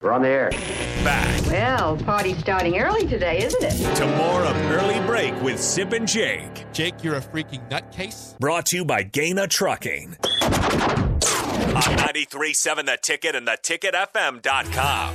We're on the air. Back Well, party's starting early today, isn't it? to more of Early Break with Sip and Jake. Jake, you're a freaking nutcase. Brought to you by Gaina Trucking. On 93.7 The Ticket and theticketfm.com.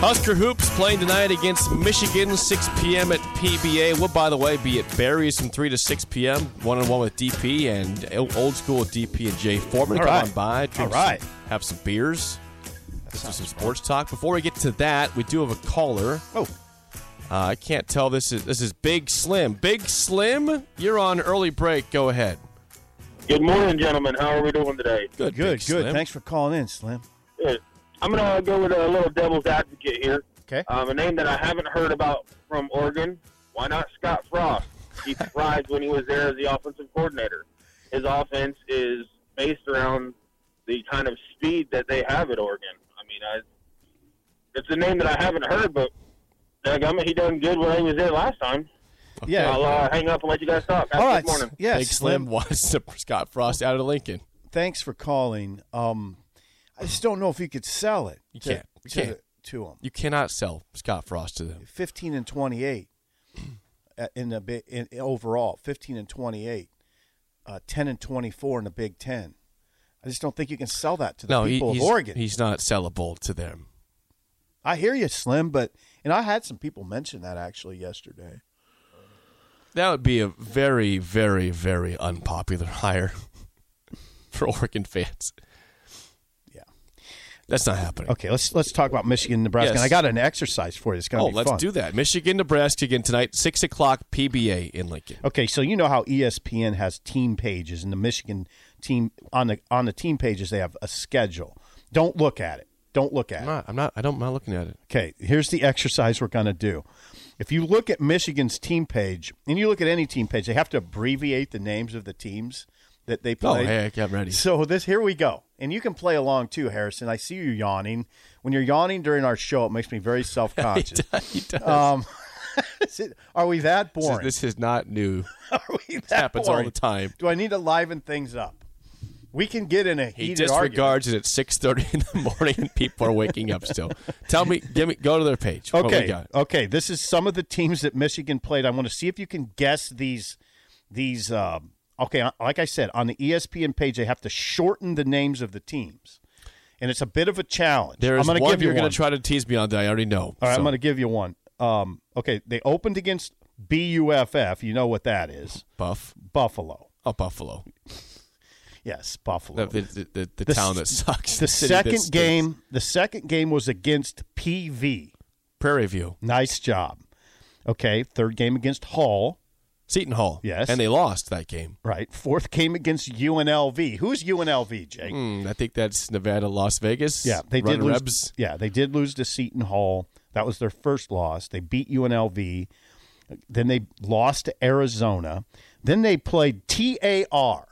Husker Hoops playing tonight against Michigan, 6 p.m. at PBA. Will, by the way, be at Barry's from 3 to 6 p.m. One on one with DP and o- old school DP and Jay Foreman. All Come right. on by, drink All right. some, have some beers, do some sports talk. Before we get to that, we do have a caller. Oh. Uh, I can't tell. This is this is Big Slim. Big Slim, you're on early break. Go ahead. Good morning, gentlemen. How are we doing today? Good, Good, Big good. Slim. Thanks for calling in, Slim. Good. I'm gonna go with a little devil's advocate here. Okay. Um, a name that I haven't heard about from Oregon. Why not Scott Frost? He thrived when he was there as the offensive coordinator. His offense is based around the kind of speed that they have at Oregon. I mean, I, it's a name that I haven't heard, but Gummit, he done good when he was there last time. Yeah. I'll uh, hang up and let you guys talk. Have All a right. good morning. Yeah, Big Slim wants to Scott Frost out of Lincoln. Thanks for calling. Um, I just don't know if you could sell it. You to, can't. You to, can't. to him. You cannot sell Scott Frost to them. 15 and 28 uh, in the bi- in, in overall 15 and 28 uh, 10 and 24 in the big 10 i just don't think you can sell that to the No, he- people he's, of oregon he's not sellable to them. i hear you slim but and i had some people mention that actually yesterday That would be a very, very, very unpopular hire for Oregon fans. Yeah. That's not happening. okay let's let's talk about michigan nebraska Yes. and i got an exercise for you it's gonna Oh, be let's fun. do that. Michigan, Nebraska again tonight, 6 o'clock PBA in Lincoln. Okay, so you know how E ESPN has team pages, and the Michigan team on the on the team pages they have a schedule. Don't look at it. Don't look at I'm it. not, I'm not, I don't, I'm not looking at it. Okay, here's the exercise we're going to do. If you look at Michigan's team page, and you look at any team page, they have to abbreviate the names of the teams that they Oh, play. heck, I'm ready. So this here we go, and you can play along too, Harrison. I see you yawning. When you're yawning during our show, it makes me very self conscious. He does. um, is it- are we that This is- boring? this is not new. are we that happens all boring? the time. Do I need to liven things up? We can get in a He heated argument. disregards it at 6.30 in the morning and people are waking up still. Tell me, give me, go to their page. What we Okay. got? Okay. This is some of the teams that Michigan played. I want to see if you can guess these. These. Um, okay. Like I said, on the E ESPN page, they have to shorten the names of the teams, and it's a bit of a challenge. There is I'm going to one give you you're going one. to try to tease me on that I already know. All right. So, I'm going to give you one. Um, okay. They opened against BUFF. You know what that is? Buff. Buffalo. Oh, Buffalo. Yes, Buffalo. The, the, the, the, The town that s- sucks. the city that second stinks. game. The second game was against PV. Prairie View, Nice job. Okay. Third game against Hall. Seton Hall. Yes. and they lost that game. Right. Fourth game against UNLV. Who's UNLV, Jake? Hmm, I think that's Nevada, Las Vegas. Yeah, they did Runner lose. Rebs. Yeah, they did lose to Seton Hall. That was their first loss. They beat UNLV. Then they lost to Arizona. Then they played TAR.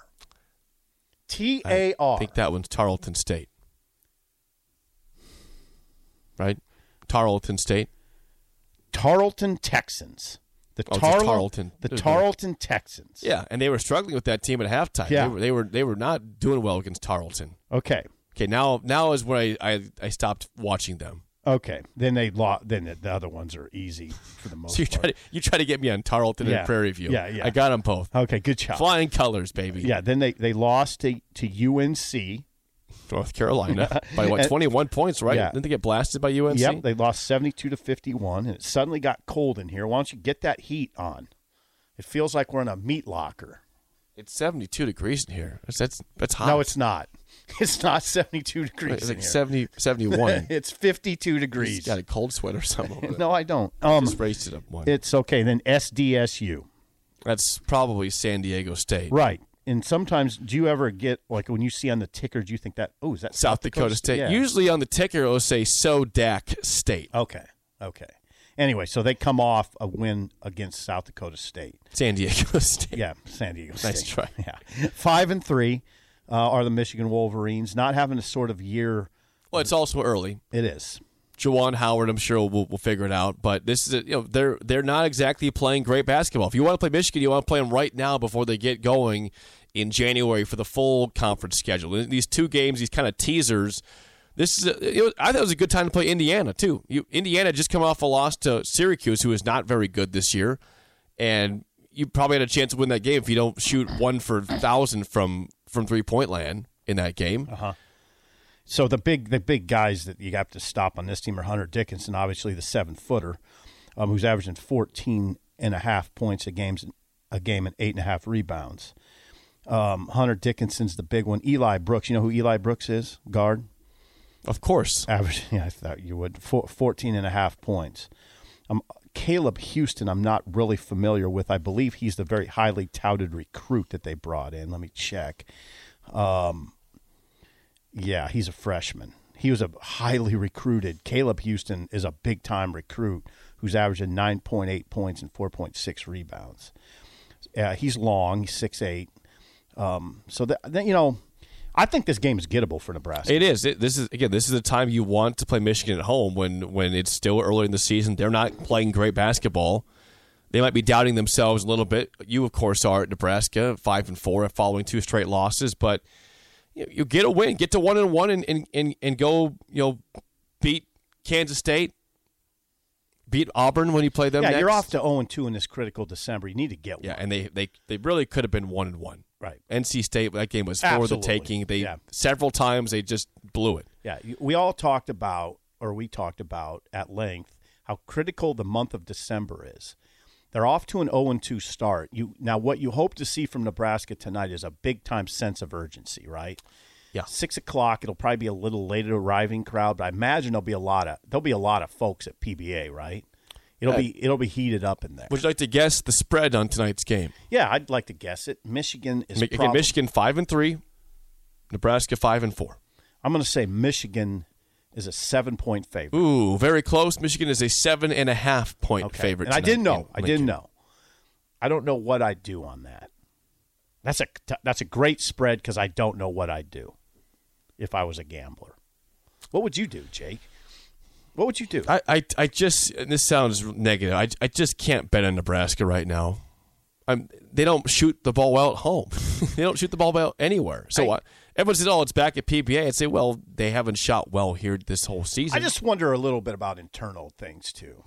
I TAR. think that one's Tarleton State, right? Tarleton State. Tarleton Texans. The Oh, it's a Tarl- Tarleton. The There's no- Tarleton Texans. Yeah, and they were struggling with that team at halftime. They, Yeah. were, they were they were not doing well against Tarleton. Okay. Okay, now now is where I, I, I stopped watching them. Okay. Then they lost. Then the, the other ones are easy for the most So you part. try to you try to get me on Tarleton Yeah. and Prairie View. Yeah, yeah. I got them both. okay. Good job. Flying colors, baby. Yeah. Then they they lost to to UNC. North Carolina by what And- 21 points, right? Yeah. Didn't they get blasted by UNC? Yep, they lost 72 to 51, and it suddenly got cold in here. Why don't you get that heat on? It feels like we're in a meat locker. It's 72 degrees in here. That's that's, that's hot. No, it's not. It's not 72 Ah. It's degrees in like here. 70 71. It's 52 He's degrees. got a cold sweat or something. over there. No, I don't. Um, Just raised it up one. it's okay. Then SDSU, that's probably San Diego State. right? And sometimes, do you ever get like when you see on the ticker, do you think that? Oh, is that South Dakota State. Yeah. Usually on the ticker, it'll say SODAC State. Okay, okay. Anyway, so they come off a win against South Dakota State. San Diego State. Yeah, San Diego State. Nice try. Yeah, five and three uh, are the Michigan Wolverines. Not having the sort of year Well, it's also early. it is. Jawan Howard, I'm sure will will figure it out. But this is a, you know they're they're not exactly playing great basketball. If you want to play Michigan, you want to play them right now before they get going in January for the full conference schedule. And these two games, these kind of teasers. This is a, it was, I thought it was a good time to play Indiana too. You, Indiana just come off a loss to Syracuse, who is not very good this year, and you probably had a chance to win that game if you don't shoot one for thousand from from three point land in that game. So the big the big guys that you have to stop on this team are Hunter Dickinson, obviously the seven footer, um, who's averaging 14 and a half points a games a game and eight and a half rebounds. Um, Hunter Dickinson's the big one. Eli Brooks, you know who Eli Brooks is? Guard. Of course, Average, yeah, I thought you would. Four, 14 and a half points. Um, Caleb Houston, I'm not really familiar with. I believe he's the very highly touted recruit that they brought in. Let me check. Um, yeah, he's a freshman. He was a highly recruited. Caleb Houston is a big time recruit who's averaging 9.8 points and 4.6 rebounds. Uh, he's long, he's 6'8. Um, so, that, that, you know, I think this game is gettable for Nebraska. it is. It, this is again. This is the time you want to play Michigan at home when when it's still early in the season. They're not playing great basketball. They might be doubting themselves a little bit. You, of course, are at Nebraska, five and four, following two straight losses. But you, you get a win, get to one and one, and and, and, and go. You know, beat Kansas State, beat Auburn when you play them. yeah, you're next. off to 0 2 in this critical December. You need to get one. Yeah, and they they they really could have been one and one. Right. NC State that game was for the Absolutely. taking. They Yeah. several times they just blew it. Yeah, you- we all talked about, or we talked about at length, how critical the month of December is. They're off to an 0 2 start. You now, what you hope to see from Nebraska tonight is a big time sense of urgency, right? Yeah. Six o'clock. It'll probably be a little later arriving crowd, but I imagine there'll be a lot of there'll be a lot of folks at PBA, right? It'll be it'll be heated up in there. Would you like to guess the spread on tonight's game? yeah, I'd like to guess it. Michigan is Mi- again, probably- Michigan five and three, Nebraska five and four. I'm going to say Michigan is a seven point favorite. Ooh, very close. Michigan is a seven and a half point Okay. favorite. And I tonight didn't know. in I didn't Lincoln. know. I don't know what I do on that. That's a that's a great spread because I don't know what I'd do if I was a gambler. What would you do, Jake? What would you do? I, I, I just and this sounds negative. I, I just can't bet on Nebraska right now. I'm, they don't shoot the ball well at home. they don't shoot the ball well anywhere. So I, everyone says, "Oh, it's back at PBA." I'd say, "Well, they haven't shot well here this whole season." I just wonder a little bit about internal things too.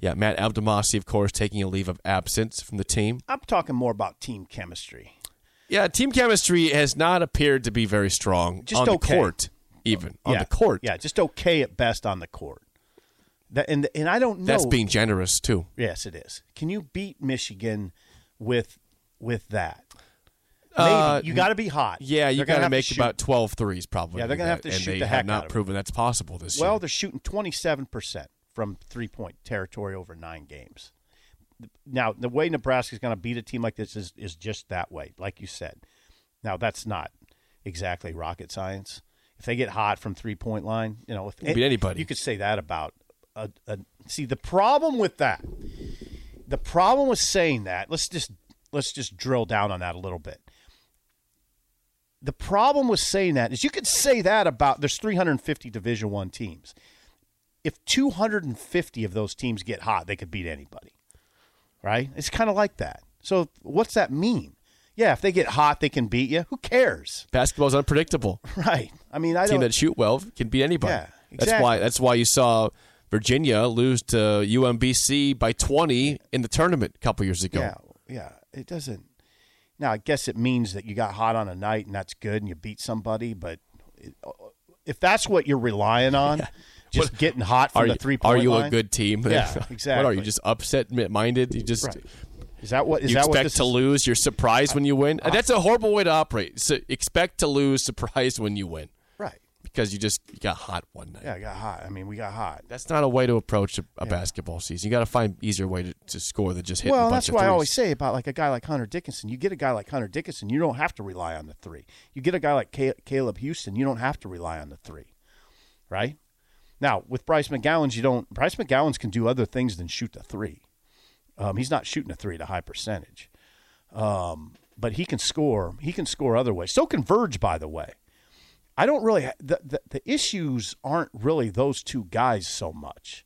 yeah, Matt Abdomasi, of course, taking a leave of absence from the team. I'm talking more about team chemistry. Yeah, team chemistry has not appeared to be very strong Just on the okay. court, even on yeah. the court. yeah, just okay at best on the court. That and and I don't know. that's being generous too. yes, it is. Can you beat Michigan with with that? Maybe Uh, you got to be hot. Yeah, you They're got gonna to have make shoot. about 12 threes probably. Yeah, they're gonna to have to and shoot they the have heck not out of it. proven that's possible this Well, year. they're shooting 27% from three point territory over nine games. Now, the way Nebraska's going to beat a team like this is, is just that way, like you said. Now, that's not exactly rocket science. If they get hot from three point line, you know, if can beat anybody. you could say that about. A, a, see, the problem with that, the problem with saying that, let's just let's just drill down on that a little bit the problem with saying that is you could say that about there's 350 division one teams if 250 of those teams get hot they could beat anybody right it's kind of like that so what's that mean yeah if they get hot they can beat you who cares Basketball's unpredictable. right i mean i team don't that shoot well can beat anybody. Yeah, That's why exactly. that's why you saw Virginia lose to UMBC by 20 in the tournament a couple years ago. yeah yeah it doesn't now i guess it means that you got hot on a night and that's good and you beat somebody but it- uh, if that's what you're relying on just getting hot from Are the you, three point are you line, a good team? Yeah, what are exactly. you just upset minded? You just Right. is that what is you that what expect this to is? Ah. lose. You're surprised when you win. That's a horrible way to operate. So expect to lose, surprised when you win right because you just you got hot one night. Yeah, it got hot. I mean, we got hot. That's not a way to approach a, a basketball season. You got to find easier way to, to score than just hitting well, a bunch that's of why I threes. always say about like a guy like Hunter Dickinson. You get a guy like Hunter Dickinson, you don't have to rely on the three. You get a guy like Ca- Caleb Houston, you don't have to rely on the three, right? Now with Bryce McGowan's, you don't. Bryce McGowan's can do other things than shoot the three. Um, he's not shooting a three at a high percentage, um, but he can score. He can score other ways. So can Verge, by the way. I don't really the, the the issues aren't really those two guys so much.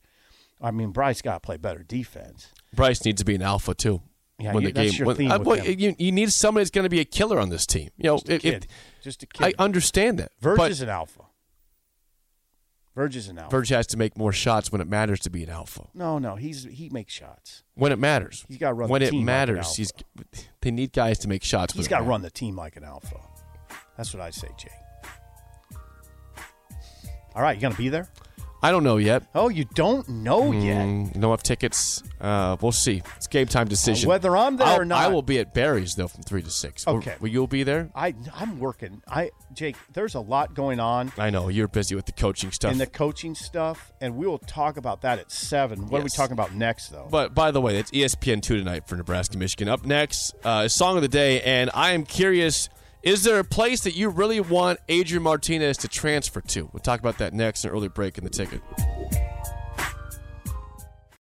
I mean, Bryce got to play better defense. Bryce needs to be an alpha too. Yeah, you- that's your theme with uh, well, him. you, you need somebody that's going to be a killer on this team. You know, if- if- Kid, just a I kid. understand that. Verge but is an alpha. Verge is an alpha. Verge has to make more shots when it matters to be an alpha. No, no, he's he makes shots. When it matters, He's gotta run When the it team like an matters, alpha. he's. They need guys to make shots. when He's it got to matters. run the team like an alpha. That's what I say, Jake. All right, you gonna be there? I don't know yet. Oh, you don't know yet. Mm, no have tickets. Uh, we'll see. It's game time decision. Whether I'm there I'll- or not. I will be at Barry's though from three to six. Will- Okay. will you be there? I I'm working. I Jake, there's a lot going on I know you're busy with the coaching stuff. in the coaching stuff, and we will talk about that at seven. What are we Yes. talking about next, though? But by the way, E that's ESPN two tonight for Nebraska, Michigan. Up next, uh, is song of the day, and I am curious: is there a place that you really want Adrian Martinez to transfer to? We'll talk about that next. An early break in the ticket.